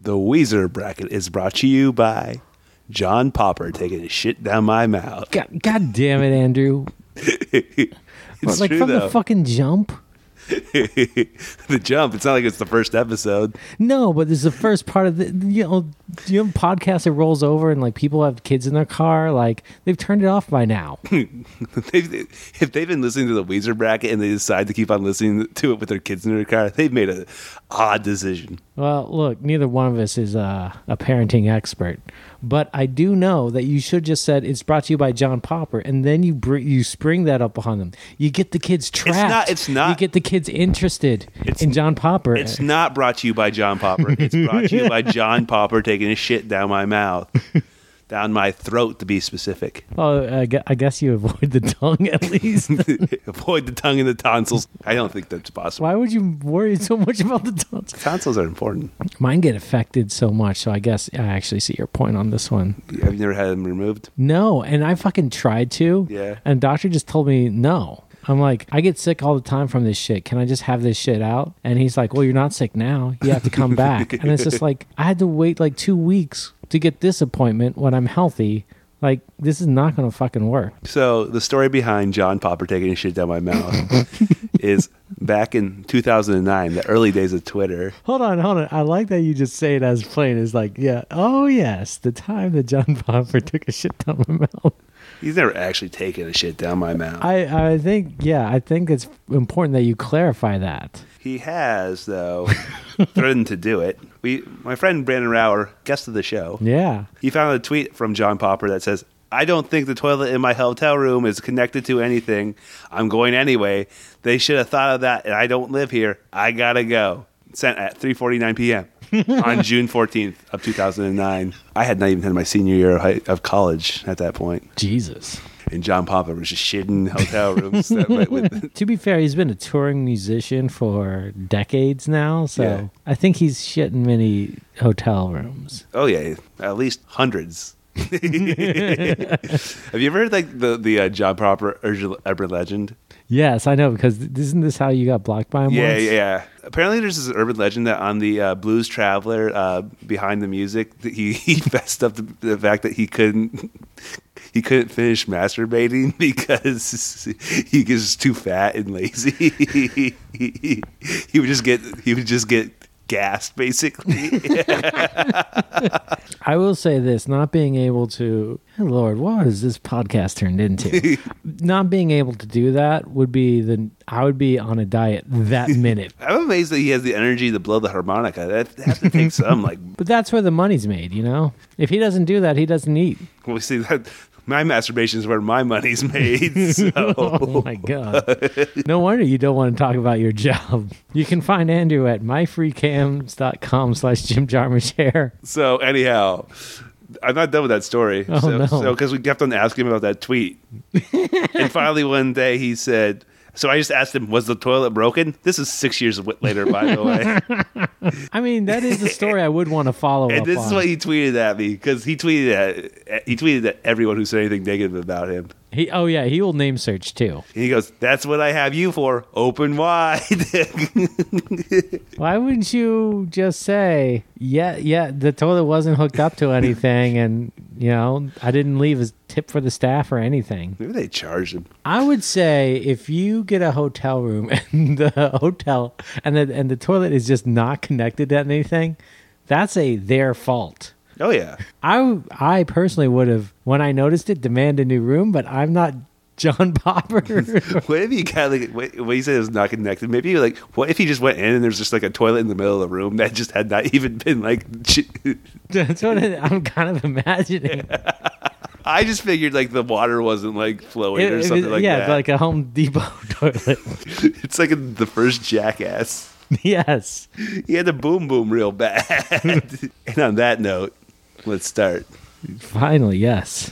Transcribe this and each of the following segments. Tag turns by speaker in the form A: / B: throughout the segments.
A: The Weezer bracket is brought to you by John Popper taking his shit down my mouth.
B: God, God damn it, Andrew.
A: it's
B: like
A: true
B: from
A: though.
B: the fucking jump.
A: the jump. It's not like it's the first episode.
B: No, but it's the first part of the you know you know podcast that rolls over and like people have kids in their car like they've turned it off by now.
A: They've, if they've been listening to the Weezer bracket and they decide to keep on listening to it with their kids in their car, they've made an odd decision.
B: well, look, neither one of us is uh, a parenting expert, but I do know that you should just said it's brought to you by John Popper, and then you br- you spring that up upon them. You get the kids trapped.
A: not- it's not-
B: You get the kids interested
A: It's-
B: in John Popper.
A: It's not brought to you by John Popper. It's brought to you by John Popper taking his shit down my mouth, down my throat to be specific.
B: oh, I gue- I guess you avoid the tongue at least.
A: Avoid the tongue and the tonsils. I don't think that's possible.
B: Why would you worry so much about the tongue?
A: Tonsils are important.
B: Mine get affected so much, so I guess I actually see your point on this one.
A: Have you never had them removed?
B: No, and I fucking tried to.
A: Yeah.
B: And doctor just told me no. I'm like, I get sick all the time from this shit. Can I just have this shit out? And he's like, Well, you're not sick now. You have to come back. And it's just like I had to wait like two weeks to get this appointment when I'm healthy. Like this is not gonna fucking work.
A: So the story behind John Popper taking his shit down my mouth is back in 2009, the early days of Twitter.
B: Hold on, hold on. I like that you just say it as plain as like, yeah, oh yes, the time that John Popper took a shit down my mouth.
A: He's never actually taken a shit down my mouth.
B: I, I think yeah, I think it's important that you clarify that.
A: He has, though, threatened to do it. We, my friend Brandon Rauer, guest of the show,
B: Yeah.
A: he found a tweet from John Popper that says, I don't think the toilet in my hotel room is connected to anything. I'm going anyway. They should have thought of that, and I don't live here. I gotta go. Sent at 3:49 p.m. on June 14th of 2009. I had not even had my senior year of, high, of college at that point,
B: Jesus.
A: and John Popper was just shitting hotel rooms that, with, with
B: To be fair, he's been a touring musician for decades now, so
A: Yeah.
B: I think he's shitting many hotel rooms.
A: Oh yeah, at least hundreds. Have you ever heard like the the uh, John Proper urban, urban legend?
B: Yes, I know because th- isn't this how you got blocked by him?
A: Yeah,
B: once?
A: yeah, yeah. Apparently, there's this urban legend that on the uh, Blues Traveler uh, behind the music, that he he messed up the, the fact that he couldn't he couldn't finish masturbating because he was too fat and lazy. he, would just get he would just get gassed basically.
B: I will say this: not being able to, Hey, Lord, what has this podcast turned into? not being able to do that would be the I would be on a diet that minute.
A: I'm amazed that he has the energy to blow the harmonica. That has to take some like
B: But that's where the money's made, you know. If he doesn't do that, he doesn't eat.
A: Well, see that my masturbation is where my money's made. So
B: Oh my god! No wonder you don't want to talk about your job. You can find Andrew at myfreecams.com slash Jim Jarmuschere.
A: so anyhow, I'm not done with that story.
B: Oh,
A: so
B: no.
A: because we kept on asking him about that tweet, and finally one day he said. So I just asked him, "Was the toilet broken?" This is six years w- later, by the way,
B: I mean, that is the story I would want to follow
A: and
B: up
A: this
B: on.
A: is what he tweeted at me because he tweeted at he tweeted at everyone who said anything negative about him.
B: he, oh yeah, he will name search too.
A: And he goes, "That's what I have you for, open wide."
B: Why wouldn't you just say, yeah, yeah, the toilet wasn't hooked up to anything, and you know, I didn't leave a tip for the staff or anything.
A: Maybe they charged him.
B: I would say if you get a hotel room and the hotel and the and the toilet is just not connected to anything, that's a their fault.
A: Oh yeah,
B: I I personally would have when I noticed it demand a new room, but I'm not John Popper.
A: What if he got like what, what you said was not connected? Maybe like what if he just went in and there's just like a toilet in the middle of the room that just had not even been like. ch-
B: that's what I'm kind of imagining.
A: I just figured like the water wasn't like flowing
B: It-
A: or
B: it
A: something
B: was-
A: like
B: yeah,
A: that.
B: like a Home Depot toilet.
A: it's like in the first Jackass.
B: yes.
A: He had to boom boom real bad. and on that note, let's start.
B: Finally, yes.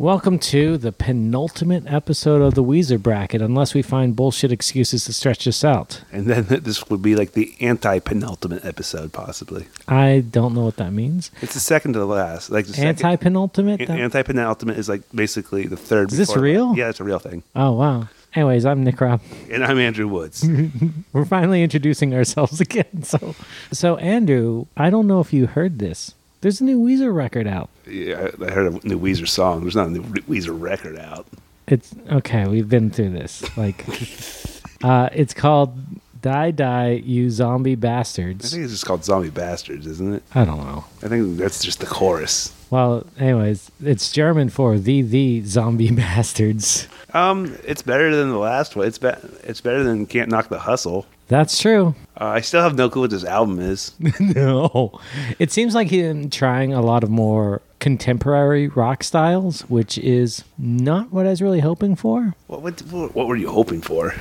B: Welcome to the penultimate episode of the Weezer bracket, unless we find bullshit excuses to stretch this out.
A: And then this would be like the anti penultimate episode, possibly.
B: I don't know what that means.
A: It's the second to the last. Like the
B: Anti penultimate?
A: Anti penultimate is like basically the third.
B: Is this
A: before-
B: real?
A: Yeah, it's a real thing.
B: Oh, wow. Anyways, I'm Nick Robb.
A: And I'm Andrew Woods.
B: We're finally introducing ourselves again. So, so Andrew, I don't know if you heard this. There's a new Weezer record out.
A: yeah, I heard a new Weezer song. There's not a new Weezer record out.
B: It's okay. We've been through this. Like, uh, it's called "Die Die You Zombie
A: I
B: Bastards."
A: think it's just called Zombie Bastards, isn't it?
B: I don't know.
A: I think that's just the chorus.
B: Well, anyways, it's German for the the zombie bastards.
A: Um, it's better than the last one. It's be- it's better than Can't Knock the Hustle.
B: That's true.
A: Uh, I still have no clue what this album is.
B: no, it seems like he's been trying a lot of more contemporary rock styles, which is not what I was really hoping for.
A: what, what what were you hoping for?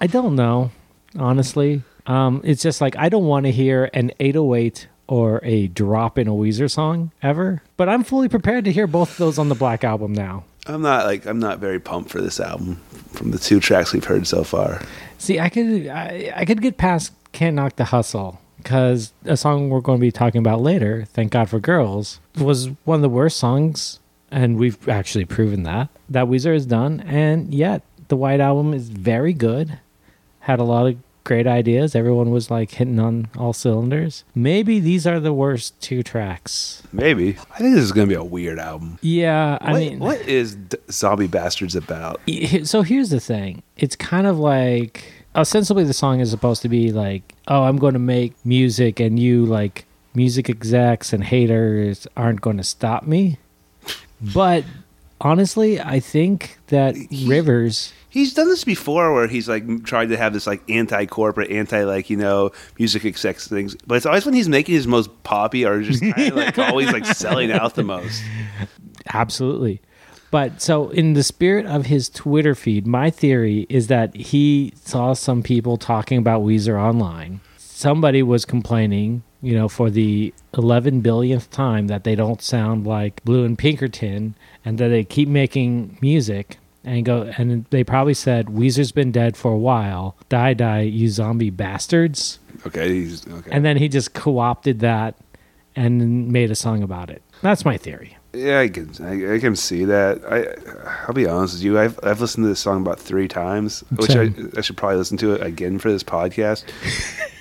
B: I don't know, honestly. Um, it's just like I don't want to hear an 808 or a drop in a Weezer song ever. But I'm fully prepared to hear both of those on the Black Album now.
A: I'm not like I'm not very pumped for this album from the two tracks we've heard so far.
B: See, I could I, I could get past "Can't Knock the Hustle" because a song we're going to be talking about later, "Thank God for Girls," was one of the worst songs, and we've actually proven that that Weezer has done. And yet, the White Album is very good. Had a lot of great ideas. Everyone was like hitting on all cylinders. Maybe these are the worst two tracks.
A: Maybe I think this is going to be a weird album.
B: Yeah, I
A: what,
B: mean,
A: what is D- Zombie Bastards about?
B: He- so here's the thing it's kind of like ostensibly the song is supposed to be like oh i'm going to make music and you like music execs and haters aren't going to stop me but honestly i think that rivers
A: He's done this before, where he's like m- tried to have this like anti-corporate, anti-like you know music execs things, but it's always when he's making his most poppy or just kind of like always like selling out the most.
B: absolutely but so in the spirit of his twitter feed my theory is that he saw some people talking about weezer online somebody was complaining you know for the 11 billionth time that they don't sound like blue and pinkerton and that they keep making music and go and they probably said weezer's been dead for a while die die you zombie bastards
A: Okay, he's okay.
B: and then he just co-opted that and made a song about it that's my theory
A: Yeah, I can I, I can see that. I I'll be honest with you. I've I've listened to this song about three times, which I,
B: Same.
A: I should probably listen to it again for this podcast.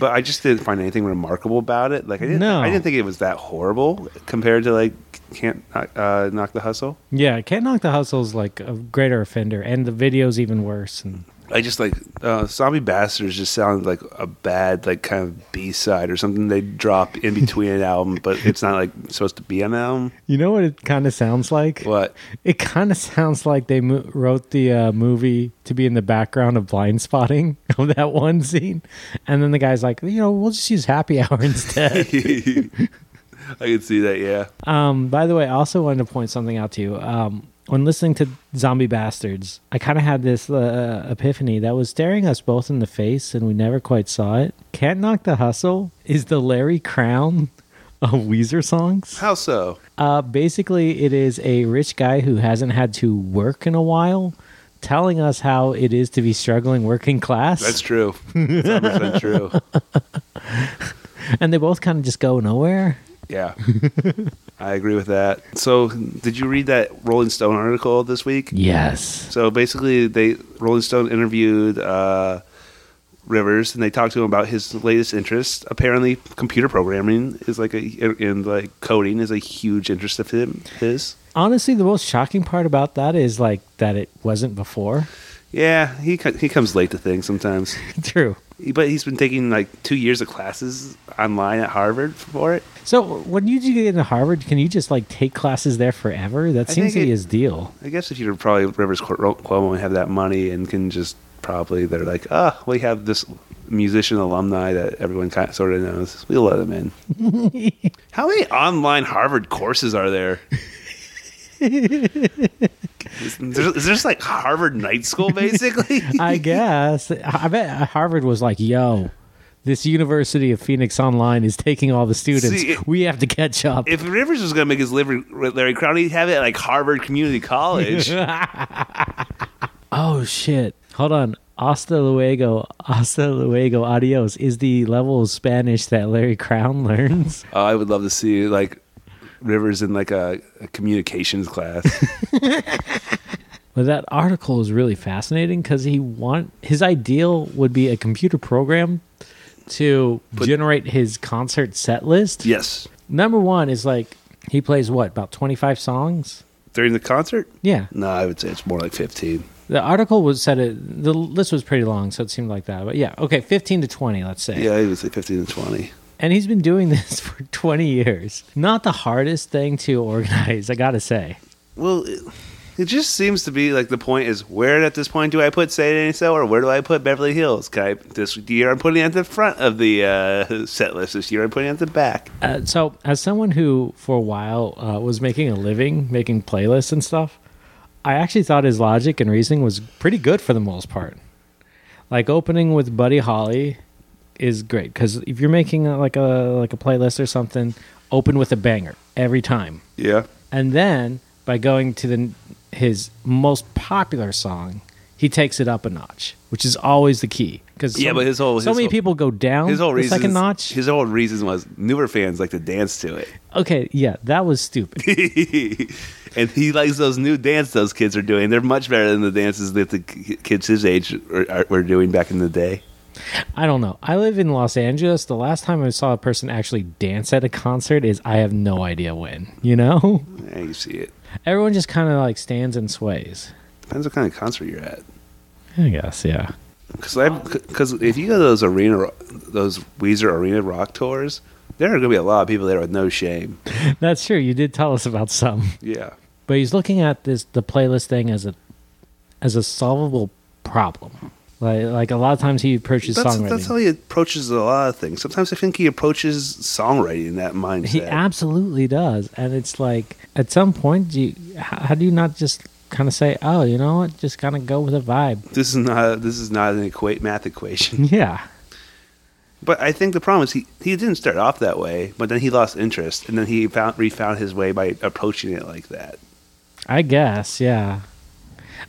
A: but I just didn't find anything remarkable about it. Like I didn't
B: No.
A: I didn't think it was that horrible compared to like can't Knock- uh, knock the hustle.
B: Yeah, Can't Knock the Hustle is like a greater offender, and the video's even worse. And
A: I just like uh, zombie bastards just sounded like a bad like kind of B side or something they drop in between an album, but it's not like supposed to be an album.
B: you know what it kind of sounds like?
A: What?
B: It kind of sounds like they mo- wrote the uh, movie to be in the background of blind spotting of that one scene, and then the guy's like, you know, we'll just use Happy Hour instead.
A: I can see that. Yeah.
B: Um, by the way, I also wanted to point something out to you. Um, when listening to Zombie Bastards, I kind of had this uh, epiphany that was staring us both in the face, and we never quite saw it. Can't Knock the Hustle is the Larry Crown of Weezer songs.
A: How so?
B: Uh, basically, it is a rich guy who hasn't had to work in a while telling us how it is to be struggling working class.
A: That's true. It's 100% true.
B: and they both kind of just go nowhere.
A: Yeah. I agree with that. So, did you read that Rolling Stone article this week?
B: Yes.
A: So basically, they Rolling Stone interviewed uh, Rivers, and they talked to him about his latest interest. Apparently, computer programming is like a and like coding is a huge interest of him his.
B: Honestly, the most shocking part about that is like that it wasn't before.
A: Yeah, he co- he comes late to things sometimes,
B: True.
A: but he's been taking like two years of classes online at Harvard for it.
B: So when you do get into Harvard, can you just like take classes there forever? That
A: I
B: seems to
A: think
B: be
A: it-
B: his deal.
A: I guess if you're probably Rivers Cuo- Cuomo and have that money and can just probably they're like, ah, we have this musician alumni that everyone kind sort of knows. We'll let him in. How many online Harvard courses are there? is, there, is there just like Harvard Night School basically?
B: I guess. I bet Harvard was like, "Yo, This University of Phoenix Online is taking all the students.
A: See, it-
B: we have to catch up.
A: If Rivers was going to make his liver Larry Crown, he'd have it at like Harvard Community College.
B: oh shit! Hold on. Hasta luego, hasta luego, adios is the level of Spanish that Larry Crown learns.
A: Oh, I would love to see like Rivers in like a, a communications class.
B: But that article is really fascinating because he want his ideal would be a computer program to generate his concert set list.
A: yes,
B: Number one is like he plays what about twenty five songs?
A: during the concert.
B: Yeah,
A: No, I would say it's more like fifteen.
B: the article was said it. The list was pretty long, so it seemed like that. But yeah, okay, fifteen to twenty, let's say.
A: Yeah, I would say fifteen to twenty.
B: And he's been doing this for twenty years. Not the hardest thing to organize, I gotta say.
A: Well, it, it just seems to be like the point is where at this point do I put Saturday Night or where do I put Beverly Hills? Can I, this year I'm putting it at the front of the uh, set list. This year I'm putting it at the back.
B: Uh, so, as someone who for a while uh, was making a living making playlists and stuff, I actually thought his logic and reasoning was pretty good for the most part. Like opening with Buddy Holly is great because if you're making uh like a like a playlist or something, open with a banger every time,
A: Yeah.
B: and then by going to the his most popular song, he takes it up a notch, which is always the key. Because
A: Yeah, but his whole-
B: so
A: his
B: many
A: whole-
B: people go down
A: His whole
B: Oh, the
A: reason.
B: second notch.
A: His whole reason was newer fans like to dance to it.
B: okay, yeah, that was stupid.
A: and he likes those new dance those kids are doing. They're much better than the dances that the k- kids his age are, are, were doing back in the day.
B: I don't know. I live in Los Angeles. The last time I saw a person actually dance at a concert is I have no idea when. You know?
A: Yeah, you see it.
B: Everyone just kind of like stands and sways.
A: Depends what kind of concert you're at.
B: I guess, yeah.
A: Because because if you go to those arena, ro- those Weezer arena rock tours, there are going to be a lot of people there with no shame.
B: That's true. You did tell us about some.
A: Yeah,
B: But he's looking at this the playlist thing as a as a solvable problem. Like like a lot of times he approaches
A: that's
B: songwriting.
A: that's how he approaches a lot of things. Sometimes I think he approaches songwriting in that mindset.
B: He absolutely does, and it's like at some point, do you, how, how do you not just kind of say, "Oh, you know what? Just kind of go with a vibe."
A: this is not this is not an equate math equation.
B: Yeah,
A: But I think the problem is he, he didn't start off that way, but then he lost interest, and then he found refound his way by approaching it like that.
B: I guess, yeah.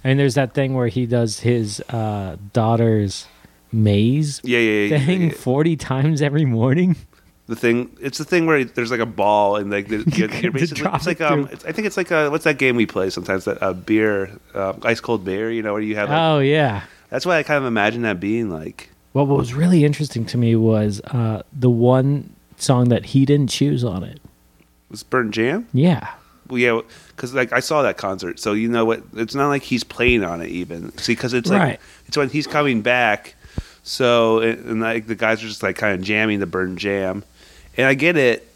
B: I mean, there's that thing where he does his uh, daughter's maze
A: Yeah, yeah, yeah.
B: thing
A: yeah.
B: 40 times every morning.
A: The thing it's the thing where there's like a ball and like the, you're,
B: could
A: you're basically
B: drop
A: it's like
B: it
A: um
B: through.
A: it's, I think it's like uh what's that game we play sometimes that uh, beer uh, ice cold beer you know where you have like,
B: Oh, yeah.
A: that's why I kind of imagine that being like
B: Well, what was really interesting to me was uh, the one song that he didn't choose on it.
A: was burnt jam
B: Yeah.
A: well yeah because like I saw that concert so you know what it's not like he's playing on it even see because it's like
B: Right.
A: it's when he's coming back so and, and like the guys are just like kind of jamming the burn jam and I get it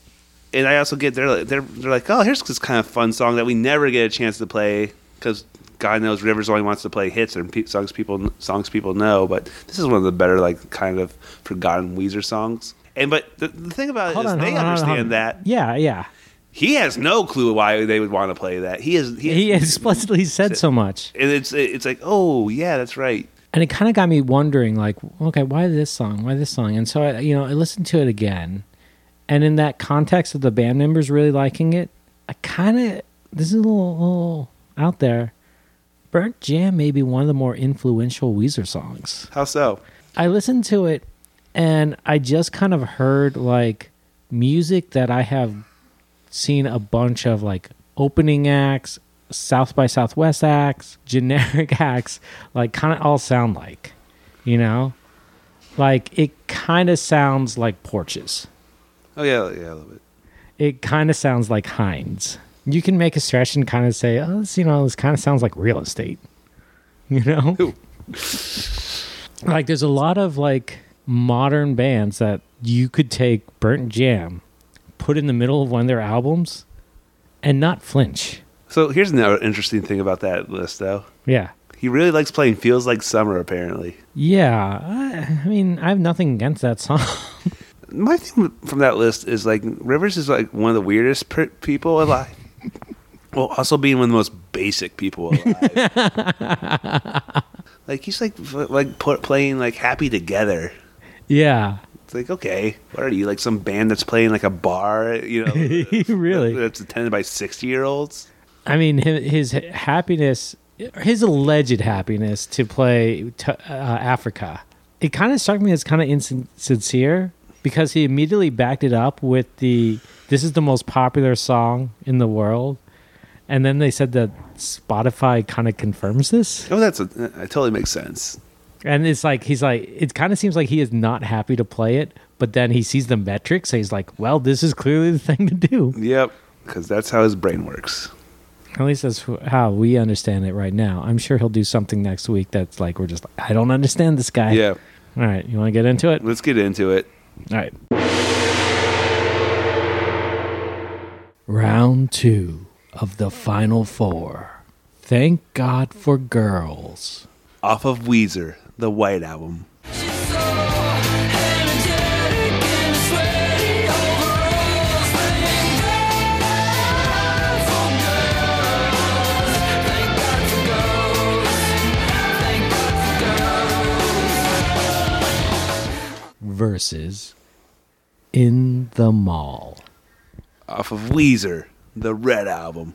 A: and I also get they're like- they're they're like oh here's this kind of fun song that we never get a chance to play because God knows Rivers only wants to play hits and pe- songs people songs people know but this is one of the better like kind of forgotten Weezer songs. And but the, the thing about it is
B: Hold on,
A: they
B: hold on, hold on,
A: understand
B: hold on.
A: that
B: Yeah, yeah.
A: he has no clue why they would want to play that. He is he,
B: He explicitly said so much.
A: and it's it's like oh yeah that's right.
B: and it kind of got me wondering like okay why this song why this song and so i you know i listened to it again and in that context of the band members really liking it i kind of this is a little, little out there burnt jam may be one of the more influential weezer songs
A: How so?
B: i listened to it and i just kind of heard like music that i have seen a bunch of like opening acts South by Southwest acts, generic acts, like kind of all sound like, you know, like it kind of sounds like porches.
A: Oh yeah yeah a little bit.
B: It kind of sounds like Heinz. You can make a stretch and kind of say, oh, this, you know, this kind of sounds like real estate, you know.
A: Ooh.
B: like there's a lot of like modern bands that you could take Burnt Jam, put in the middle of one of their albums, and not flinch.
A: So here's another interesting thing about that list though.
B: Yeah.
A: He really likes playing "Feels Like Summer." Apparently,
B: Yeah, I, I mean, I have nothing against that song.
A: my thing from that list is like Rivers is like one of the weirdest per- people alive. well, also being one of the most basic people alive. like he's like f- like put, playing like "Happy Together."
B: yeah,
A: It's like, okay, what are you like some band that's playing like a bar? You know,
B: Really?
A: that's attended by sixty year olds.
B: I mean, hi- his happiness, his alleged happiness to play t- uh, Africa, it kind of struck me as kind of insincere because he immediately backed it up with the "This is the most popular song in the world," and then they said that Spotify kind of confirms this,
A: Oh, that's a, that totally makes sense.
B: and it's like he's like it kind of seems like he is not happy to play it, but then he sees the metrics, so he's like, "Well, this is clearly the thing to do."
A: Yep, because that's how his brain works.
B: At least that's wh- how we understand it right now. I'm sure he'll do something next week that's like we're just like, I don't understand this guy.
A: Yeah,
B: All right, you want to get into it? All
A: let's get into it.
B: right. Round 2 of the final 4. Thank God for girls.
A: Off of Weezer, the White Album.
B: versus In the Mall.
A: Off of Weezer, the Red Album.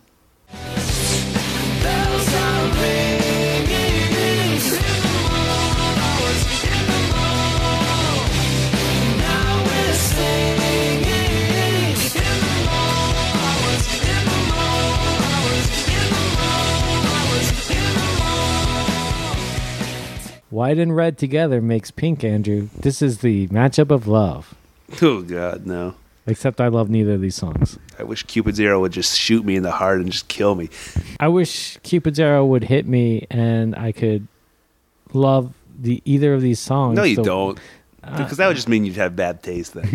B: White and red together makes pink, Andrew. This is the matchup of love.
A: Oh God, no.
B: Except I love neither of these songs.
A: I wish Cupid's arrow would just shoot me in the heart and just kill me.
B: I wish Cupid's arrow would hit me and I could love the either of these songs.
A: No, you
B: The-
A: don't. Because that would just mean you'd have bad taste then.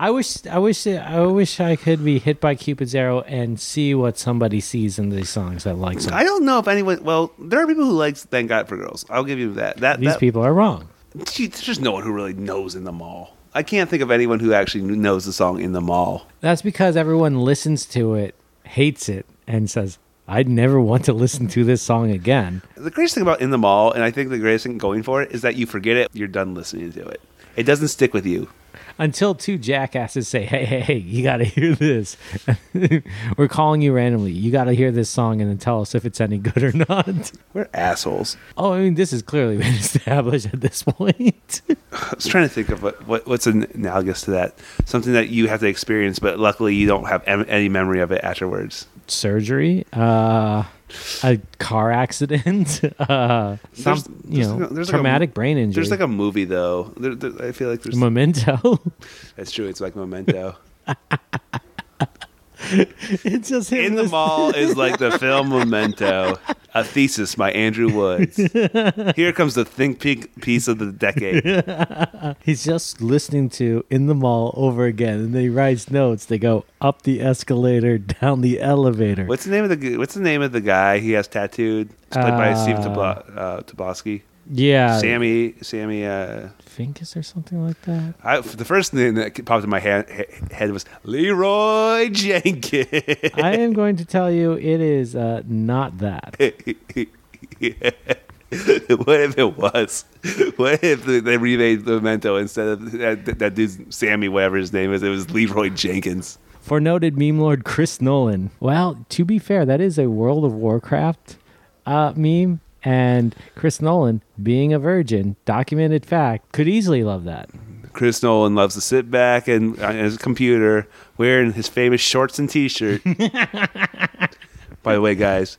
B: I wish, I wish, I wish I could be hit by Cupid's arrow and see what somebody sees in these songs that likes them.
A: I don't know if anyone. Well, there are people who likes "Thank God for Girls." I'll give you that. That
B: these
A: that,
B: people are wrong.
A: Gee, there's just no one who really knows in the mall. I can't think of anyone who actually knows the song in the mall.
B: That's because everyone listens to it, hates it, and says, "I'd never want to listen to this song again."
A: The greatest thing about in the mall, and I think the greatest thing going for it, is that you forget it. You're done listening to it. It doesn't stick with you.
B: Until two jackasses say, "Hey, hey, hey, you got to hear this." We're calling you randomly. You got to hear this song and then tell us if it's any good or not.
A: We're assholes.
B: Oh, I mean, this has clearly been established at this point.
A: I was trying to think of what, what what's an- analogous to that. Something that you have to experience, but luckily you don't have em- any memory of it afterwards.
B: Surgery, uh, a car accident, uh, some,
A: There's-
B: you
A: there's
B: know,
A: like a- there's like a-
B: traumatic brain injury.
A: There's like a movie though. There, there, I feel like there's
B: memento.
A: that's true. It's like Memento.
B: it's just him
A: In the
B: lis-
A: Mall is like the film Memento, a thesis by Andrew Woods. Here comes the think pink piece of the decade.
B: He's just listening to In the Mall over again, and then he writes notes. They go up the escalator, down the elevator.
A: What's the name of the gu- What's the name of the guy he has tattooed? It's played by
B: Uh,
A: Stephen Tabla, uh, Tobolsky.
B: Yeah,
A: Sammy, Sammy. Uh,
B: Finkus or something like that.
A: I, the first name that popped in my ha- he- head was Leroy Jenkins.
B: I am going to tell you, it is uh, not that.
A: what if it was? What if they remade Memento instead of that, that dude's Sammy, whatever his name is? It was Leroy Jenkins.
B: For noted meme lord Chris Nolan. Well, to be fair, that is a World of Warcraft uh, meme, and Chris Nolan, being a virgin, documented fact, could easily love that.
A: Chris Nolan loves to sit back and on his computer wearing his famous shorts and t-shirt. By the way, guys,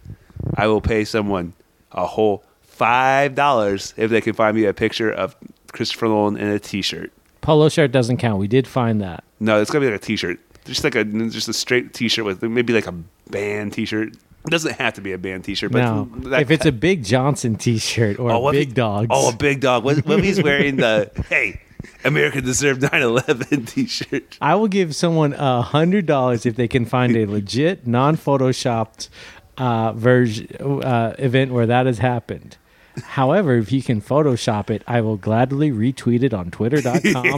A: I will pay someone a whole five dollars if they can find me a picture of Christopher Nolan in a t-shirt.
B: Polo shirt doesn't count. We did find that.
A: No, it's gonna be like a t-shirt, just like a just a straight t-shirt with maybe like a band t-shirt. It doesn't have to be a band t-shirt, but
B: No,
A: that-
B: if it's a Big Johnson T-shirt or
A: what
B: a
A: if
B: Big
A: he-
B: Dogs,
A: Oh, a big dog. What, what if he's wearing the hey, America deserved 9/11 t-shirt?
B: I will give someone a hundred dollars if they can find a legit, non-photoshopped uh, version uh, event where that has happened. However, if you can Photoshop it, I will gladly retweet it on Twitter.com,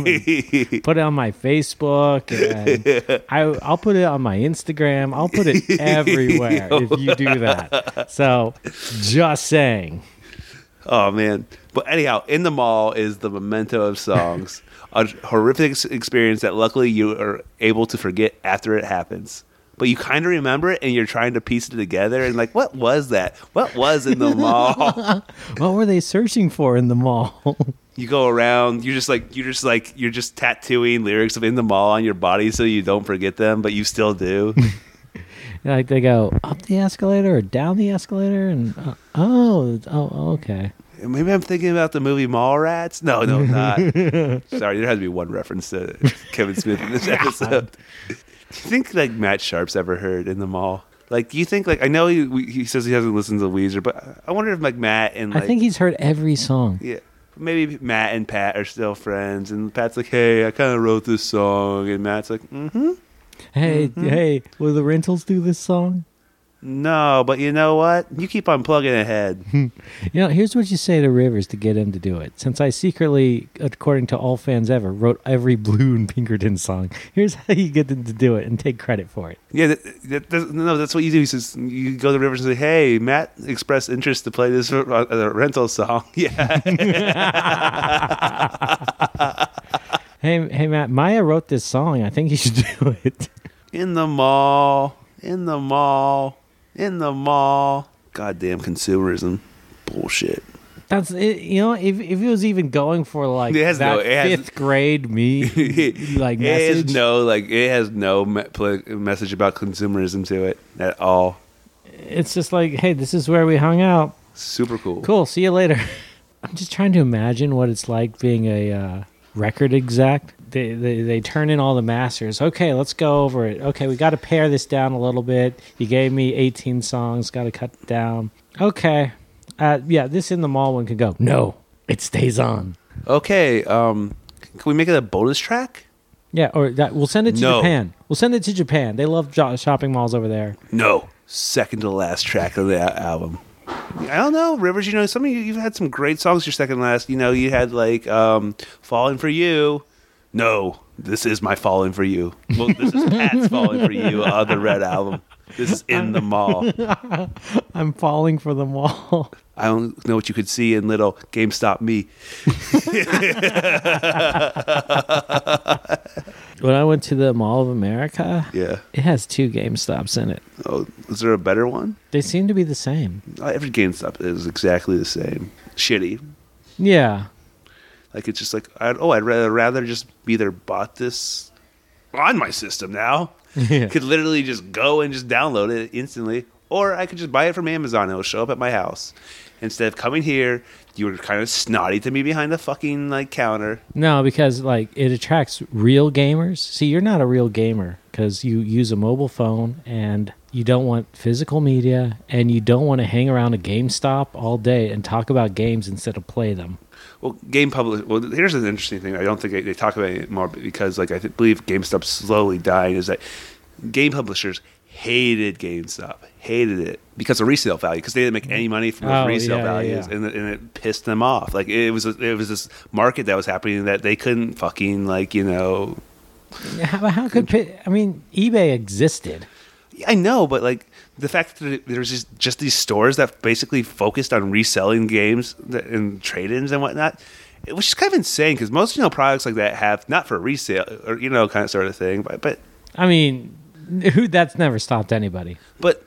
B: and put it on my Facebook, and I, I'll put it on my Instagram. I'll put it everywhere if you do that. So, just saying.
A: Oh man, But anyhow, in the mall is the memento of songs, a horrific ex- experience that luckily you are able to forget after it happens. But you kind of remember it, and you're trying to piece it together, and like, what was that? What was in the mall?
B: What were they searching for in the mall?
A: you go around. You're just like you're just like you're just tattooing lyrics of "In the Mall" on your body, so you don't forget them, but you still do.
B: like they go up the escalator or down the escalator, and uh, oh, oh, okay.
A: Maybe I'm thinking about the movie Mallrats. No, no, I'm not. Sorry, there has to be one reference to Kevin Smith in this episode. Do you think like Matt Sharp's ever heard in the mall? Like, do you think like I know he we- he says he hasn't listened to Weezer, but I wonder if like Matt and like
B: I think he's heard every song.
A: yeah, maybe Matt and Pat are still friends, and Pat's like, hey, I kind of wrote this song, and Matt's like, mm-hmm,
B: Hey, hey, will the rentals do this song?
A: no, but you know what? You keep on plugging ahead.
B: Hmm. You know, here's what you say to Rivers to get him to do it. Since I secretly, according to all fans ever, wrote every Blue and Pinkerton song, here's how you get them to do it and take credit for it.
A: Yeah, that, that, that, no, that's what you do. He says you go to Rivers and say, "Hey, Matt expressed interest to play this uh, uh, rental song." Yeah,
B: Hey, hey, Matt, Maya wrote this song. I think you should do it.
A: in the mall, in the mall, in the mall. Goddamn consumerism, bullshit.
B: That's it, you know, if if it was even going for like
A: It has
B: that
A: no- it has-
B: fifth grade me like
A: It
B: message,
A: has no like it has no me- pl- message about consumerism to it at all.
B: it's just like, hey, this is where we hung out.
A: Super cool.
B: Cool, see you later. I'm just trying to imagine what it's like being a uh, record exec. They, they they turn in all the masters. Okay, let's go over it. Okay, we got to pare this down a little bit. You gave me 18 songs. Got to cut it down. Okay, uh, yeah, this in the mall one could go. No, it stays on.
A: Okay, um, can we make it a bonus track?
B: Yeah, or that we'll send it to
A: No.
B: Japan. We'll send it to Japan. They love jo- shopping malls over there.
A: No. Second to last track of the al- album. I don't know, Rivers. You know, some of you, you've had some great songs. Your second last, you know, you had like um, "Falling for You." No, this is my "Falling for You." Well, this is Pat's "Falling for You" on the Red album. This is in the mall.
B: I'm falling for the mall.
A: I don't know what you could see in little GameStop me.
B: when I went to the Mall of America,
A: Yeah.
B: it has two GameStops in it.
A: Oh, is there a better one?
B: They seem to be the same.
A: Uh, Every GameStop is exactly the same. Shitty.
B: Yeah.
A: Like it's just like, I'd, oh, I'd rather, rather just be there. Bought this on my system now.
B: Yeah.
A: Could literally just go and just download it instantly, or I could just buy it from Amazon. It'll show up at my house instead of coming here. You were kind of snotty to me behind the fucking like counter.
B: No, because like it attracts real gamers. See, you're not a real gamer because you use a mobile phone and you don't want physical media and you don't want to hang around a GameStop all day and talk about games instead of play them.
A: Well, game public. Well, here's an interesting thing. I don't think they- they talk about it more because, like, I th- believe GameStop's slowly dying. Is that game publishers hated GameStop, hated it because of resale value, because they didn't make any money from those
B: Oh,
A: resale
B: yeah, yeah,
A: values,
B: yeah.
A: And, it- and it pissed them off. Like, it was a, it was this market that was happening that they couldn't fucking like you know.
B: How, how could pi- I mean eBay existed?
A: I know, but like the fact that there was just, just these stores that basically focused on reselling games that, and trade-ins and whatnot, which is kind of insane because most you know products like that have not for resale or you know kind of sort of thing, but but
B: I mean, who that's never stopped anybody.
A: but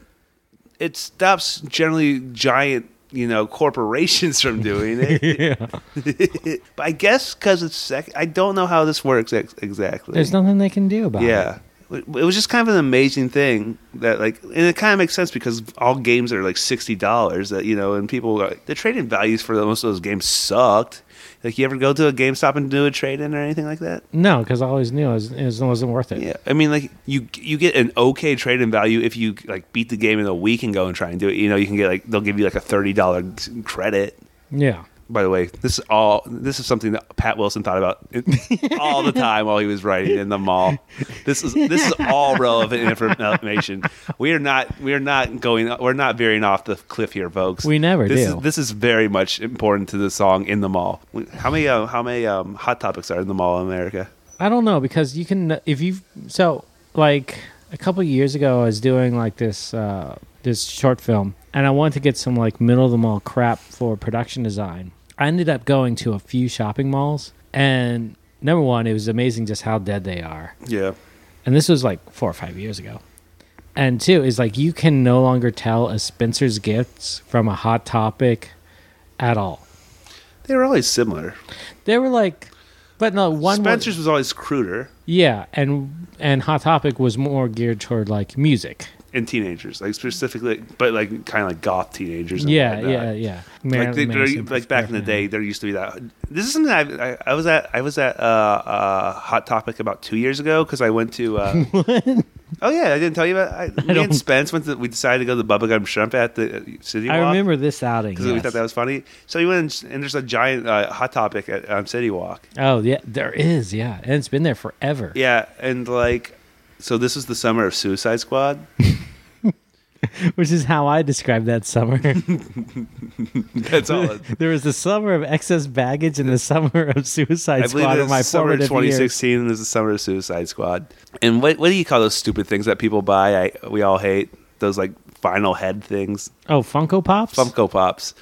A: it stops generally giant you know corporations from doing it.
B: Yeah.
A: but I guess because it's sec- I don't know how this works ex- exactly.
B: There's nothing they can do about it.
A: Yeah. It it was just kind of an amazing thing that like, and it kind of makes sense because all games are like sixty dollars. That you know, and people are- the trading values for most of those games sucked. Like, you ever go to a GameStop and do a trade in or anything like that?
B: No, because I always knew it, was, it wasn't worth it.
A: Yeah, I mean, like you you get an okay trade in value if you like beat the game in a week and go and try and do it. You know, you can get like they'll give you like a thirty dollar credit.
B: Yeah.
A: By the way, this is all this is something that Pat Wilson thought about all the time while he was writing in the mall. This is this is all relevant information. We are not we are not going we're not veering off the cliff here, folks.
B: We never
A: this
B: do.
A: Is, this is very much important to the song in the mall. How many uh, how many um, hot topics are in the mall in America?
B: I don't know because you can if you so like a couple years ago I was doing like this uh, this short film and I wanted to get some like middle of the mall crap for production design I ended up going to a few shopping malls, and number one, it was amazing just how dead they are.
A: Yeah.
B: And this was like four or five years ago. And two is like you can no longer tell a Spencer's Gifts from a Hot Topic at all.
A: They were always similar.
B: They were like, but no one. was-
A: Spencer's was always cruder
B: yeah, and and Hot Topic was more geared toward like music.
A: in teenagers, like specifically, but like kind of like goth teenagers. and uh,
B: Yeah,
A: whatnot.
B: yeah, yeah.
A: Like, they,
B: Marilyn
A: there-
B: Manson
A: like back in the
B: perspective.
A: day, there used to be that. This is something I, I, I was at. I was at uh, uh, Hot Topic about two years ago because I went to. Uh, Oh yeah, I didn't tell you about. I, me
B: don't-
A: and Spence went. To, we decided to go to the Bubba Gum Shrimp at the uh, City.
B: I
A: Walk.
B: remember this outing.
A: because we
B: yes.
A: thought that was funny. So we went and, and there's a giant uh, hot topic at um, City Walk.
B: oh yeah, there is. Yeah, and it's been there forever.
A: Yeah, and like, so this was the summer of Suicide Squad.
B: which is how I described that summer.
A: That's all. it-
B: there was the summer of excess baggage and the summer of Suicide
A: I believe
B: Squad
A: it
B: in
A: was
B: my
A: summer of
B: formative years.
A: 2016 and this is the summer of Suicide Squad. And what what do you call those stupid things that people buy? I we all hate those like vinyl head things,
B: Oh, Funko Pops.
A: Funko Pops,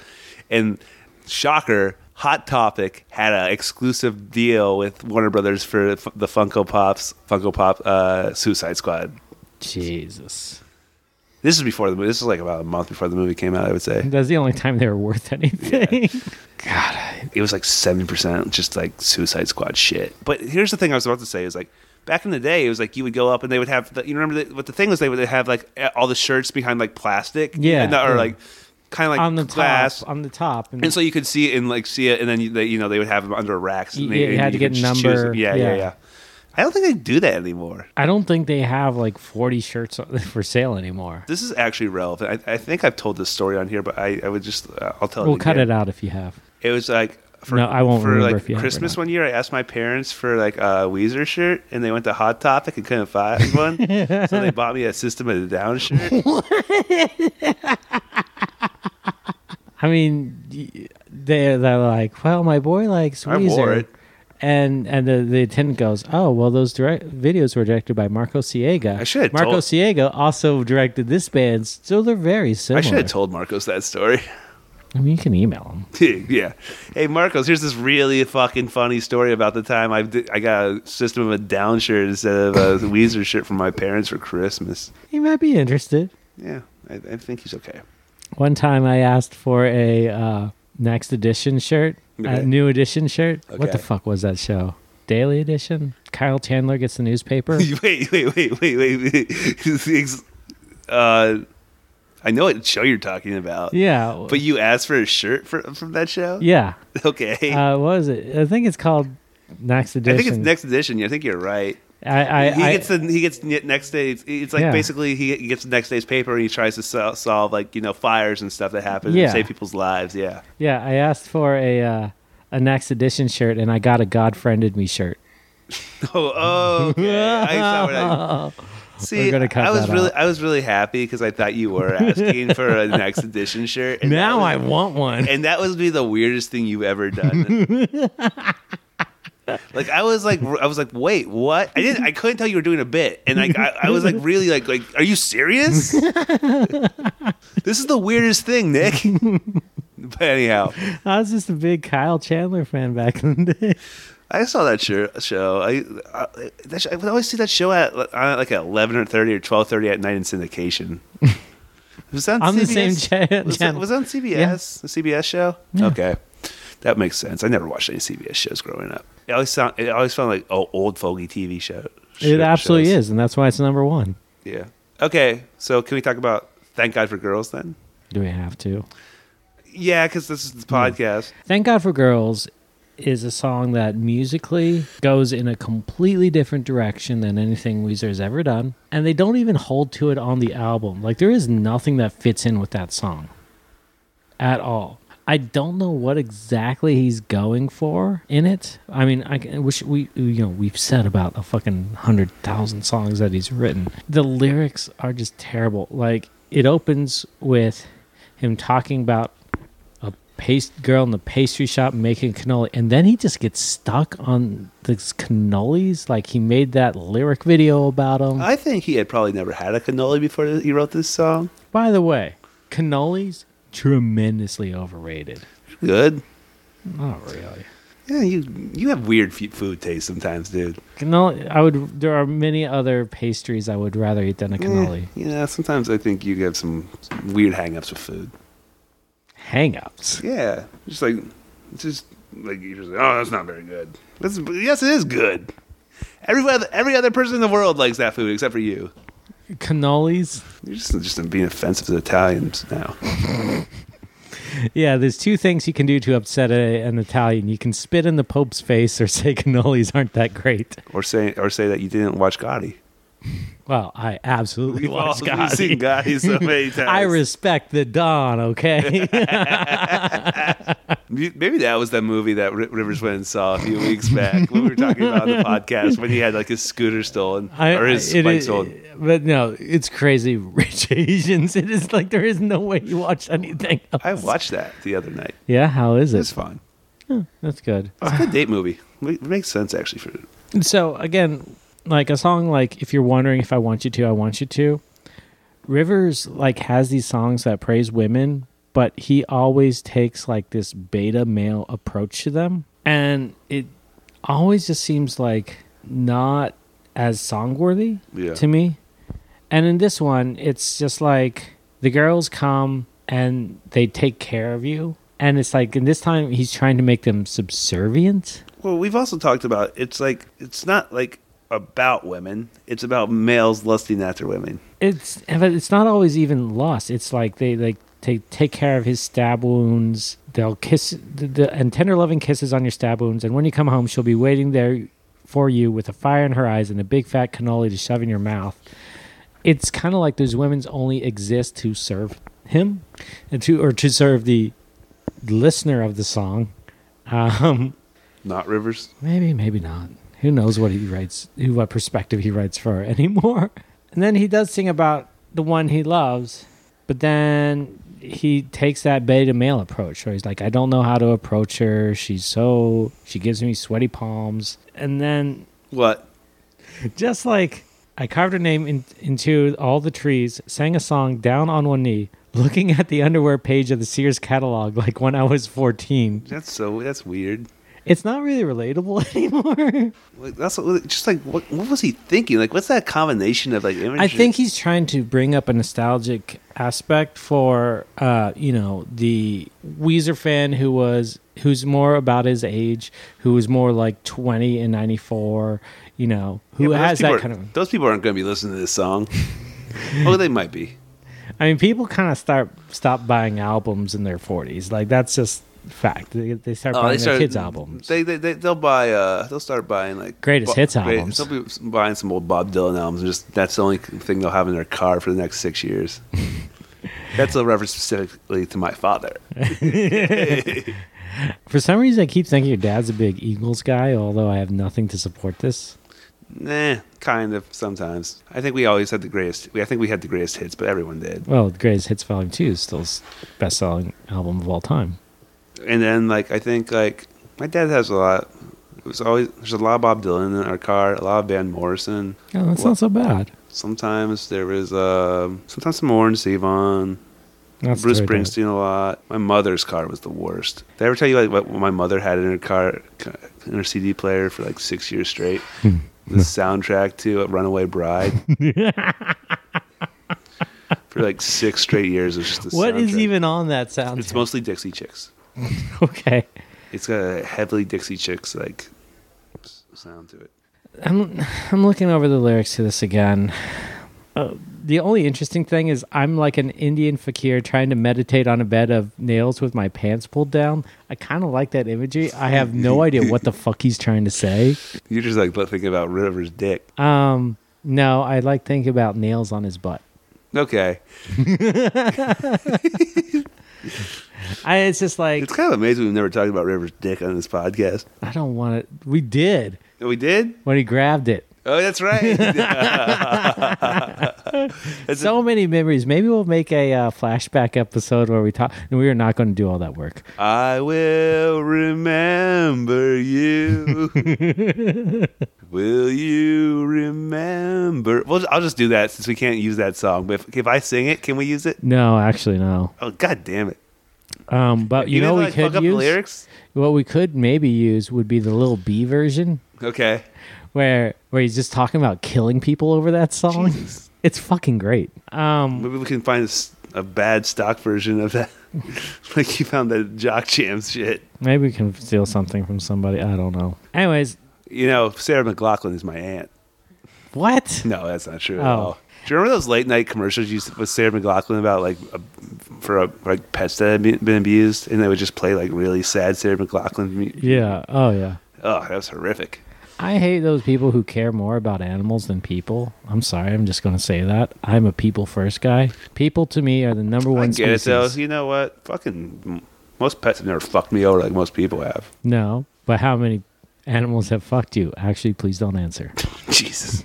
A: and shocker. Hot Topic had an exclusive deal with Warner Brothers for f- the Funko Pops, Funko Pop uh, Suicide Squad.
B: Jesus,
A: This is before the movie. This is like about a month before the movie came out. I would say
B: that's the only time they were worth anything.
A: it was like seventy percent just like Suicide Squad shit. But here's the thing I was about to say is like back in the day, it was like you would go up and they would have the, you remember the, what the thing was they would have like all the shirts behind like plastic
B: Yeah,
A: and, or
B: yeah.
A: like kind of like
B: on the
A: glass.
B: top, on the top, and,
A: And so you could see it and like see it, and then you, they, you know they would have them under racks. And
B: Y-
A: they,
B: yeah, you
A: and
B: had to
A: could
B: get
A: just choose
B: number-
A: it. Yeah, yeah,
B: yeah.
A: yeah, I don't think they do that anymore.
B: I don't think they have like forty shirts for sale anymore.
A: This is actually relevant. I, I think I've told this story on here, but I, I would just uh, I'll tell.
B: We'll
A: it
B: cut
A: again.
B: it out if you have.
A: It was like for,
B: No, I won't
A: for
B: remember
A: like
B: if you have or
A: Christmas
B: not.
A: one year. I asked my parents for like a Weezer shirt, and they went to Hot Topic and couldn't find one, so they bought me a System of a Down shirt.
B: I mean, y- they're they're like, well, my boy likes
A: I
B: Weezer,
A: wore it.
B: and and the, the attendant goes, oh, well, those direct videos were directed by Marco Siega.
A: I should have
B: Marco
A: told-
B: Siega also directed this band, so they're very
A: I
B: similar.
A: should have told Marcos that story.
B: I mean, you can email them.
A: yeah. Hey, Marcos, here's this really fucking funny story about the time I did, I got a System of a Down shirt instead of a Weezer shirt from my parents for Christmas.
B: He might be interested.
A: Yeah, I, I think he's okay.
B: One time, I asked for a uh, next edition shirt, a
A: Okay.
B: new edition shirt. What
A: Okay.
B: the fuck was that show? Daily edition. Kyle Chandler gets the newspaper.
A: wait, wait, wait, wait, wait, wait. uh, I know what show you're talking about.
B: yeah,
A: But you asked for a shirt for, from that show?
B: yeah.
A: Okay.
B: uh, what was it? I think it's called Next
A: I
B: Edition.
A: think it's next edition. I think you're right.
B: I, I,
A: he
B: I-
A: gets the, he gets ne- next day. It's, it's like
B: Yeah.
A: basically he he gets the next day's paper and he tries to sol- solve like you know fires and stuff that happen
B: Yeah.
A: and save people's lives. Yeah.
B: yeah. I asked for a uh, a Next Edition shirt, and I got a God friended me shirt.
A: Oh, oh okay. I saw what I, see,
B: gonna cut
A: I was
B: that
A: really
B: out.
A: I was really happy because I thought you were asking for a next edition shirt. and that
B: Now
A: was-
B: I want one.
A: and that would be the weirdest thing you've ever done. like I was like I was like wait what I didn't I couldn't tell you were doing a bit and like I, I was like really like like are you serious? this is the weirdest thing, Nick. but anyhow,
B: I was just a big Kyle Chandler fan back in the day.
A: I saw that show. show. I, I that show, I would always see that show at like, on, like at eleven or thirty or twelve thirty at night in syndication. Was that
B: On the same
A: CBS?
B: cha-
A: was that,
B: channel.
A: was that on CBS? The CBS show? Okay, that makes sense. I never watched any CBS shows growing up. It always sound it always felt like oh, old fogey TV show.
B: It absolutely is, and that's why it's number one.
A: Yeah. Okay, so can we talk about Thank God for Girls then?
B: Do we have to?
A: Yeah, because this is the
B: Hmm.
A: podcast.
B: Thank God for Girls is a song that musically goes in a completely different direction than anything Weezer has ever done. And they don't even hold to it on the album. Like, there is nothing that fits in with that song at all. I don't know what exactly he's going for in it. I mean, I can- wish we, you know, we've said about a fucking hundred thousand songs that he's written. The lyrics are just terrible. Like, it opens with him talking about a paste girl in the pastry shop making cannoli and then he just gets stuck on these cannolis like he made that lyric video about them
A: I think he had probably never had a cannoli before he wrote this song.
B: by the way cannolis tremendously overrated
A: Good.
B: Not really.
A: Yeah, you you have weird f- food taste sometimes, dude.
B: Cannoli. I would. There are many other pastries I would rather eat
A: Eh.
B: than a cannoli.
A: Yeah, yeah, sometimes I think you have some weird hangups with food.
B: Hang-ups.
A: Yeah, just like it's just like you're just like, oh, that's not very good. That's, yes, it is good. Every other, every other person in the world likes that food except for you.
B: Cannolis.
A: You're just just being offensive to Italians now.
B: Yeah, there's two things you can do to upset a, an Italian. You can spit in the Pope's face or say cannolis aren't that great.
A: or say or say that you didn't watch Gotti.
B: Well, I absolutely
A: We've all
B: watch
A: we've seen
B: Gotti.
A: Gotti so many times.
B: I respect the Don, okay?
A: Maybe that was that movie that Ri- Rivers went and saw a few weeks back when we were talking about on the podcast when he had like his scooter stolen
B: I,
A: or his
B: I- it
A: bike
B: is-
A: stolen.
B: But no, it's crazy rich Asians. It is like there is no way you watch anything. Else.
A: I watched that the other night.
B: Yeah, how is
A: It's
B: it?
A: fine.
B: That's good.
A: It's a good date movie. It makes sense actually for
B: So again, like a song like if you're wondering if I want you to, I want you to. Rivers like has these songs that praise women, but he always takes like this beta male approach to them, and it always just seems like not as song worthy
A: Yeah.
B: to me. And in this one, it's just like the girls come and they take care of you. And it's like, and this time he's trying to make them subservient.
A: Well, we've also talked about it's like it's not like about women. It's about males lusting after women.
B: It's but it's not always even lost. It's like they like take take care of his stab wounds. They'll kiss the, the, and tender loving kisses on your stab wounds. And when you come home, she'll be waiting there for you with a fire in her eyes and a big fat cannoli to shove in your mouth. It's kind of like those women's only exist to serve him, and to or to serve the listener of the song. Um,
A: Not Rivers.
B: Maybe, maybe not. Who knows what he writes, who what perspective he writes for anymore. And then he does sing about the one he loves, but then he takes that beta male approach where he's like, I don't know how to approach her. She's so she gives me sweaty palms. And then
A: What?
B: just like I carved her name in, into all the trees, sang a song down on one knee, looking at the underwear page of the Sears catalog like when I was 14.
A: That's so. That's weird.
B: It's not really relatable anymore.
A: Like that's what- just like what, what was he thinking? Like what's that combination of like imagery?
B: I think he's trying to bring up a nostalgic aspect for uh, you know the Weezer fan who was who's more about his age, who was more like twenty in ninety four, you know,
A: Yeah,
B: who
A: but those
B: has
A: people
B: that
A: are-
B: kind of.
A: Those people aren't going to be listening to this song. oh, they might be.
B: I mean, people kind of start stop buying albums in their forties. Like that's just fact. They, they start
A: Oh,
B: buying
A: they
B: their
A: start
B: kids albums.
A: They they they will buy uh they'll start buying like
B: Greatest hits
A: great-
B: albums.
A: They'll be buying some old Bob Dylan albums. and Just that's the only thing they'll have in their car for the next six years. that's a reference specifically to my father.
B: For some reason, I keep thinking your dad's a big Eagles guy, although I have nothing to support this.
A: Nah, kind of sometimes. I think we always had the greatest. We I think we had the greatest hits, but everyone did.
B: Well, Greatest Hits Volume Two is still best selling album of all time.
A: And then like I think like my dad has a lot. It was always there's a lot of Bob Dylan in our car, a lot of Van Morrison.
B: Oh, that's
A: Well-
B: not so bad.
A: Sometimes there was um sometimes some Orange Sivan,
B: That's
A: Bruce
B: very bad.
A: Springsteen a lot. My mother's car was the worst. Did I ever tell you like what my mother had in her car, in her CD player for like six years straight?
B: Hmm.
A: the soundtrack to Runaway Bride. for like six straight years, it was just the
B: What is
A: soundtrack.
B: even on that sound?
A: It's mostly Dixie Chicks.
B: okay.
A: It's got a heavily Dixie Chicks like s- sound to it.
B: I'm I'm looking over the lyrics to this again. Uh, the only interesting thing is I'm like an Indian fakir trying to meditate on a bed of nails with my pants pulled down. I kind of like that imagery. I have no idea what the fuck he's trying to say.
A: You're just like thinking about River's dick.
B: Um, no, I like thinking about nails on his butt.
A: Okay.
B: I, it's just like
A: It's kind of amazing we've never talked about River's dick on this podcast.
B: I don't want it. We did
A: We did?
B: when he grabbed it.
A: Oh, that's right. It's
B: so many memories. Maybe we'll make a uh, flashback episode where we talk. And we are not going to do all that work.
A: I will remember you. will you remember? Well, I'll just do that since we can't use that song. But if, if I sing it, can we use it?
B: No, actually, no.
A: Oh, god damn it.
B: Um, but you
A: Even if I,
B: know we
A: like,
B: could
A: fuck up
B: use
A: the lyrics.
B: what we could maybe use would be the little B version
A: Okay.
B: where where he's just talking about killing people over that song.
A: Jesus.
B: It's fucking great. Um,
A: Maybe we can find a s- a, bad stock version of that. like you found that Jock Jams shit.
B: maybe we can steal something from somebody. I don't know. Anyways,
A: You know, Sarah McLaughlin is my aunt.
B: what?
A: No, that's not true at
B: Oh.
A: all. Do you remember those late night commercials you used with Sarah McLaughlin about like a, for a, like pets that had be- been abused, and they would just play like really sad Sarah McLaughlin? mu-
B: Yeah. Oh yeah.
A: Oh, that was horrific.
B: I hate those people who care more about animals than people. I'm sorry, I'm just going to say that. I'm a people first guy. People to me are the number one
A: I get it though.
B: species.
A: You know what? Fucking m- most pets have never fucked me over like most people have.
B: No, but how many animals have fucked you? Actually, please don't answer.
A: Jesus.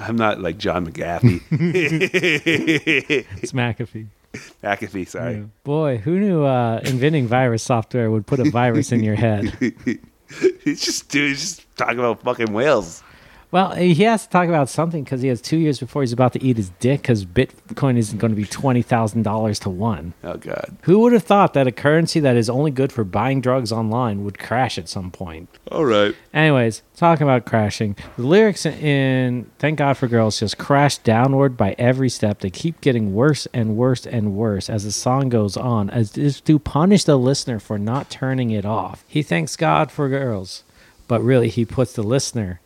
A: I'm not like John McAfee.
B: It's McAfee.
A: McAfee, sorry.
B: Yeah. Boy, who knew uh, inventing virus software would put a virus in your head?
A: It's just dude, he's just talking about fucking whales.
B: Well, he has to talk about something because he has two years before he's about to eat his dick because Bitcoin isn't going to be $20,000 to one.
A: Oh god.
B: Who would have thought that a currency that is only good for buying drugs online would crash at some point?
A: All right.
B: Anyways, talking about crashing, the lyrics in Thank God for Girls just crash downward by every step. They keep getting worse and worse and worse as the song goes on, as if to punish the listener for not turning it off. He thanks God for girls, but really he puts the listener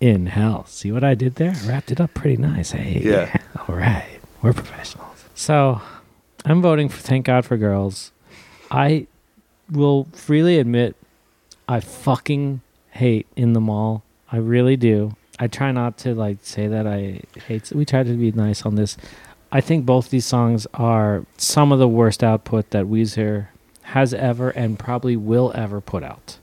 B: in hell. See what I did there? I wrapped it up pretty nice. Hey,
A: Yeah.
B: All right. We're professionals. So I'm voting for Thank God for Girls. I will freely admit I fucking hate in the mall. I really do. I try not to like say that I hate. We try to be nice on this. I think both these songs are some of the worst output that Weezer has ever and probably will ever put out.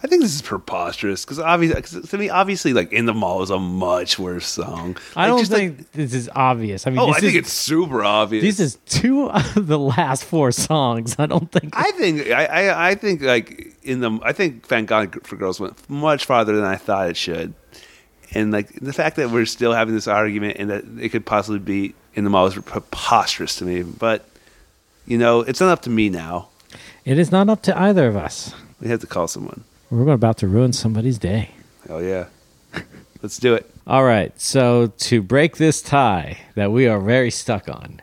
A: I think this is preposterous because obviously, cause to me, obviously, like "In the Mall" is a much worse song.
B: I
A: Like,
B: don't
A: just, like-
B: think this is obvious. I mean,
A: oh,
B: this
A: I think
B: is,
A: it's super obvious.
B: these is two of the last four songs. I don't think.
A: I think I, I, I think like in the I think Thank God for Girls went much farther than I thought it should, and like the fact that we're still having this argument and that it could possibly be in the mall is preposterous to me. But you know, it's not up to me now.
B: it is not up to either of us.
A: We have to call someone.
B: We're about to ruin somebody's day.
A: Oh yeah, let's do it.
B: All right. So to break this tie that we are very stuck on,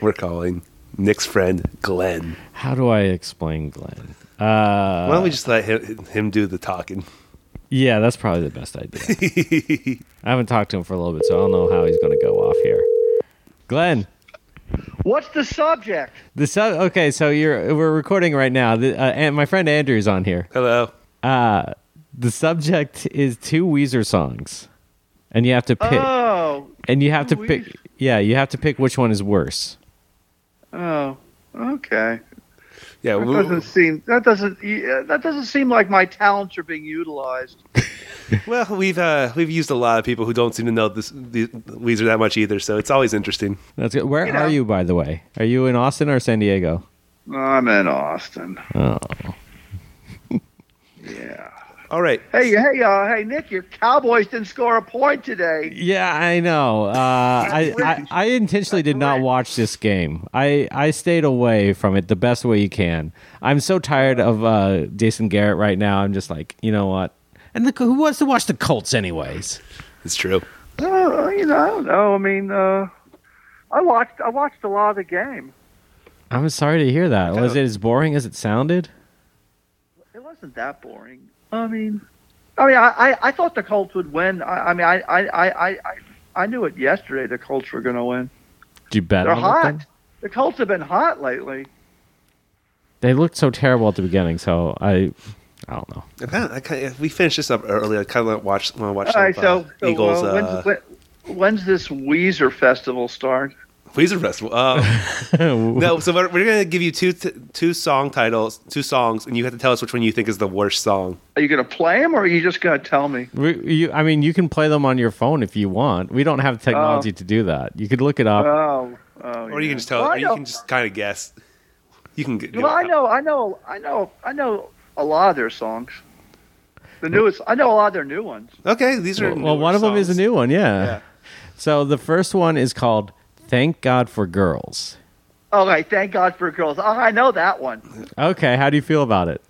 A: We're calling Nick's friend Glenn.
B: How do I explain Glenn?
A: Why
B: Uh,
A: don't we just let him, him do the talking?
B: Yeah, that's probably the best idea. I haven't talked to him for a little bit, so I don't know how he's going to go off here. Glenn,
C: What's the subject?
B: the sub- okay, so you're we're recording right now, the, uh, and my friend Andrew's on here.
A: Hello.
B: Uh, the subject is two Weezer songs, and you have to pick.
C: Oh,
B: and you have to
C: two
B: pick.
C: Weezer-
B: Yeah, you have to pick which one is worse.
C: oh, okay.
A: Yeah,
C: That
A: we-
C: doesn't seem that doesn't yeah, that doesn't seem like my talents are being utilized.
A: Well, we've uh, we've used a lot of people who don't seem to know this the Weezer that much either, so it's always interesting.
B: That's good. Where
C: know.
B: are you, by the way? Are you in Austin or San Diego?
C: I'm in Austin.
B: Oh,
C: Yeah.
A: All right,
C: Hey, hey, uh, hey, Nick, your Cowboys didn't score a point today.
B: Yeah, I know. Uh, I, I I intentionally did not
C: right.
B: watch this game. I I stayed away from it the best way you can. I'm so tired of uh, Jason Garrett right now. I'm just like, you know what? And the, who wants to watch the Colts anyways?
A: it's true.
C: Uh, you know, I don't know. I mean, uh, I watched I watched a lot of the game.
B: I'm sorry to hear that. Was it as boring as it sounded?
C: It wasn't that boring. I mean, I mean, I, I, I thought the Colts would win. I, I mean, I, I, I, I, I- I knew it yesterday. The Colts were going to win.
B: Did you bet
C: They're
B: on it?
C: hot.
B: then?
C: The Colts have been hot lately.
B: They looked so terrible at the beginning. So I I don't know.
A: I kinda, I kinda, if we finish this up early, I kind of want to watch want to watch
C: All right,
A: some, uh,
C: so, so,
A: Eagles
C: uh,
A: uh,
C: when's, when, when's this Weezer festival start?
A: Weezer festival.
B: oh.
A: Uh, no, so we're, we're gonna give you two t- two song titles, two songs, and you have to tell us which one you think is the worst song.
C: Are you going to play him, or are you just going to tell me?
B: We, you, I mean, you can play them on your phone if you want. We don't have technology to do that. You could look it up.
C: Oh, oh
A: Or you
C: yeah.
A: can just tell.
C: Well,
A: or
C: I
A: you
C: know-
A: can just kind of guess. You can. g-
C: well, I know, I know, I know, I know a lot of their songs. The newest, I know a lot of their new ones.
A: Okay, these are
B: Well, well, one of them is a new one, yeah.
A: Yeah.
B: So the first one is called "Thank God for Girls."
C: Okay, thank God for girls. Oh, I know that one.
B: Okay, how do you feel about it?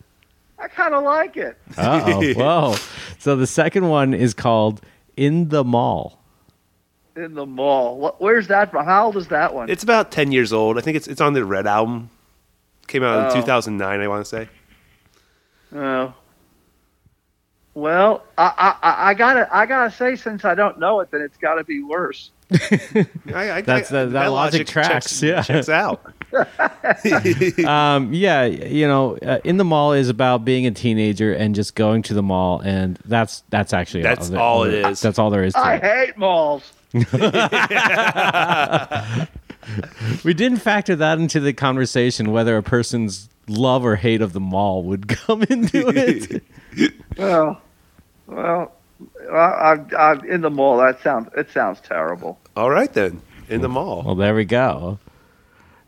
C: I kind of like it.
B: Oh, whoa! So the second one is called "In the Mall."
C: In the mall. Wh- Where's that from? How old is that one?
A: It's about ten years old. I think it's it's on the Red album. Came out
C: Oh.
A: in two thousand nine. I want to say.
C: Oh. Well, I, I- I, I gotta, I gotta say, since I don't know it, then it's gotta be worse.
A: I, I,
B: That's- uh, that- that logic tracks,
A: Checks,
B: yeah.
A: checks out.
B: Um, yeah, you know, uh, "In the Mall" is about being a teenager and just going to the mall, and that's that's actually
A: That's
B: there-
A: all it is.
B: That's all there is. To
C: I
B: it.
C: hate malls.
B: We didn't factor that into the conversation whether a person's love or hate of the mall would come into it.
C: Well, well, I, I, I, in the mall. That sounds, it sounds terrible.
A: All right then, in the mall.
B: well, there we go.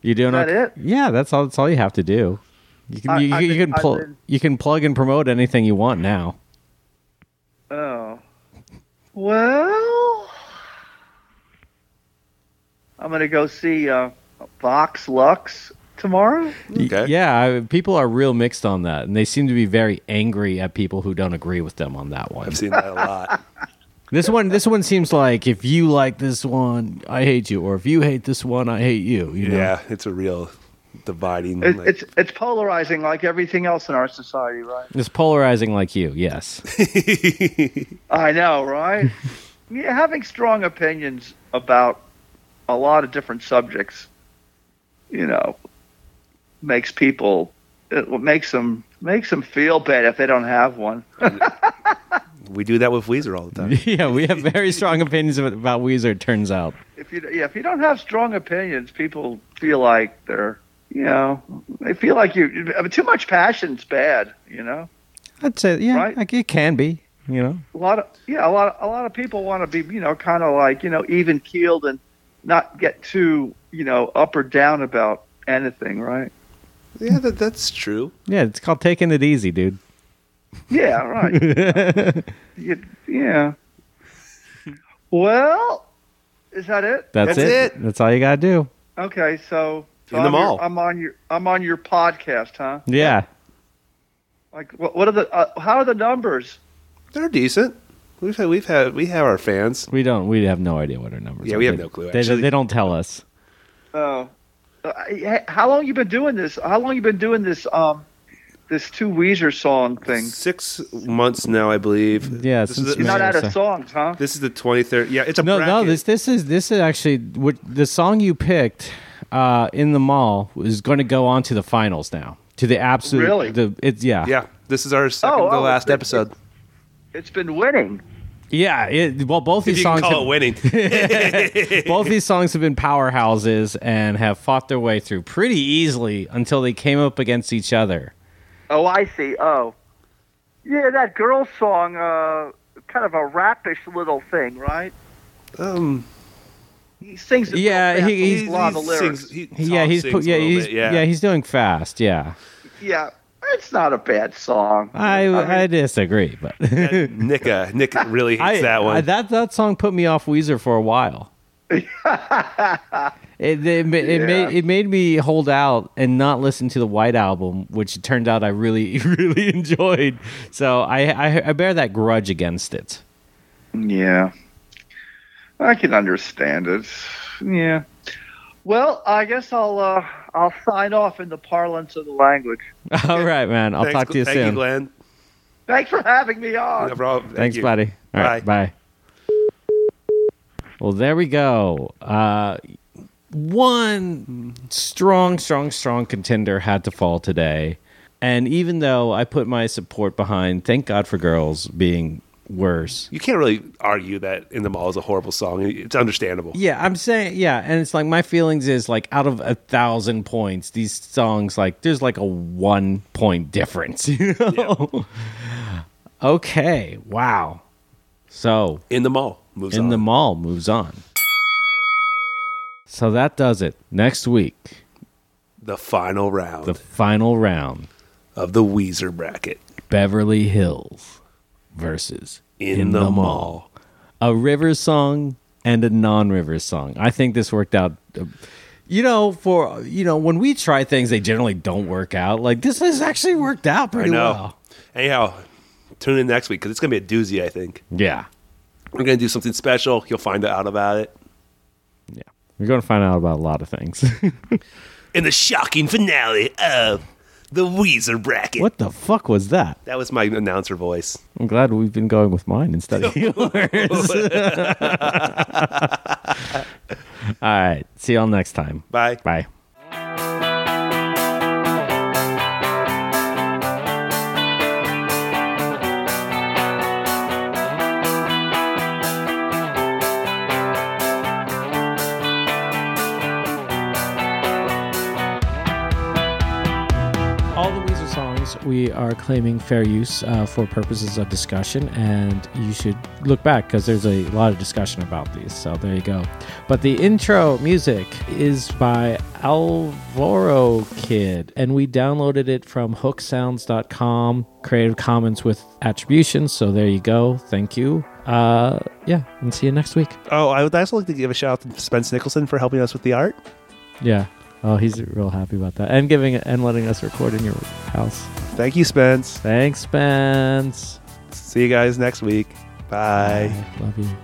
B: You doing
C: Is that
B: okay?
C: it?
B: Yeah, that's all. That's all you have to do. You can
C: I-
B: you,
C: I've
B: you
C: been-
B: can
C: I've
B: pl-
C: been-
B: you can plug and promote anything you want now.
C: Oh. Well, I'm gonna go see uh, Vox Lux tomorrow.
B: Y-
A: Okay.
B: Yeah, I, people are real mixed on that, and they seem to be very angry at people who don't agree with them on that one.
A: I've seen that a lot.
B: This one, this one seems like if you like this one, I hate you, or if you hate this one, I hate you. You know?
A: Yeah, it's a real dividing.
C: It,
A: like-
C: it's, it's polarizing like everything else in our society, right?
B: It's polarizing like you, yes.
C: I know, right? yeah, having strong opinions about a lot of different subjects, you know, makes people it makes them makes them feel bad if they don't have one.
A: we do that with Weezer all the time.
B: yeah, we have very strong opinions ab- about Weezer, it turns out.
C: if you yeah, if you don't have strong opinions, people feel like they're you know they feel like you I mean, too much passion's bad. You know,
B: I'd say, yeah,
C: Right.
B: like, it can be, you know?
C: a lot of yeah, a lot a lot of people want to be you know kind of like you know even keeled and not get too you know up or down about anything, right?
A: Yeah, that, that's true.
B: Yeah, it's called taking it easy, dude.
C: Yeah, right. You- yeah. Well, is that it?
B: That's,
A: That's it.
B: That's all you got to do.
C: Okay, so. so
A: In the
C: I'm your-
A: mall.
C: I'm on your I'm on your podcast, huh?
B: Yeah.
C: Like, what, what are the uh, how are the numbers?
A: They're decent. We've had, we've had we have our fans.
B: We don't, we have no idea what our numbers
A: Yeah,
B: are.
A: we have
B: They-
A: no clue,
B: They,
A: actually.
B: they don't tell us.
C: Oh, Uh, I- how long you been doing this? How long you been doing this? Um, this two Weezer song thing.
A: Six months now, I believe.
B: Yeah,
A: this is
B: since
A: the,
C: You're not
B: May.
C: out
B: so-
C: of songs, huh?
A: this is the twenty third. Yeah, it's a
B: no,
A: bracket.
B: no. This this is this is actually what the song you picked uh, in the mall is going to go on to the finals now to the absolute.
C: Really?
B: The it's yeah
A: yeah, this is our second
C: Oh,
A: to
C: oh,
A: last
C: it's-
A: episode.
C: It's been winning.
B: yeah. It, well, both
A: If
B: these
A: you can
B: songs
A: call it
B: have,
A: winning,
B: both these songs have been powerhouses and have fought their way through pretty easily until they came up against each other.
C: Oh, I see. Oh, yeah, that girl song. Uh, kind of a rapish little thing, right?
A: um,
C: He sings. it
B: Yeah,
C: real fast,
B: he-
C: but
B: he-
C: a lot of
A: he
C: the lyrics.
A: sings- he
B: yeah,
A: Tom
B: he's
A: sings
B: pu-
A: a
B: yeah
A: little
B: he's
A: bit,
B: yeah. he's doing fast. Yeah,
C: yeah, it's not a bad song.
B: I
C: mean,
B: I disagree, but
A: Nick, uh, Nick really hates
B: I,
A: that one.
B: I- that that song put me off Weezer for a while. it it, ma- it
C: Yeah.
B: made it made me hold out and not listen to the White album, which it turned out I really really enjoyed. So I I, I bear that grudge against it.
C: Yeah. I can understand it. Yeah. Well, I guess I'll uh, I'll sign off in the parlance of the language.
B: All right, man. I'll
A: Thanks,
B: talk to you
A: thank
B: soon.
A: you, Glenn.
C: Thanks for having me
A: No
C: on.
A: problem. Thank
B: Thanks,
A: you.
B: buddy. All right, bye. Well, there we go. Uh, one strong, strong, strong contender had to fall today. And even though I put my support behind Thank God for Girls being worse.
A: You can't really argue that "In the Mall" is a horrible song. It's understandable.
B: Yeah, I'm saying, yeah. And it's like my feelings is like out of a thousand points, these songs, like there's like a one point difference, you know? okay, wow. So
A: "In the Mall" moves
B: in
A: on.
B: the mall moves on. So that does it. Next week,
A: the final round
B: the final round
A: of the Weezer bracket.
B: Beverly Hills versus
A: In, the, mall.
B: A river song and a non river song. I think this worked out. uh,
D: you know, for you know, when we try things, they generally don't work out. Like this has actually worked out
A: I
D: pretty
A: know.
D: well.
A: Anyhow, tune in next week because it's going to be a doozy, I think.
D: Yeah,
A: We're going to do something special. You'll find out about it
D: yeah. We're going to find out about a lot of things.
A: in the shocking finale of the Weezer Bracket.
D: what the fuck was that?
A: That was my announcer voice.
D: I'm glad we've been going with mine instead of yours. All right. See y'all next time.
A: Bye.
D: Bye.
B: All the Weezer songs we are claiming fair use uh, for purposes of discussion, and you should look back because there's a lot of discussion about these. So there you go. But the intro music is by Alvaro Kid, and we downloaded it from hooksounds.com, Creative Commons with attribution. So there you go. Thank you. Uh, yeah, and see you next week.
A: Oh, I would also like to give a shout out to Spence Nicholson for helping us with the art.
B: Yeah. Oh, he's real happy about that, and giving and letting us record in your house.
A: Thank you, Spence.
B: Thanks, Spence.
A: See you guys next week. Bye.
B: Love you.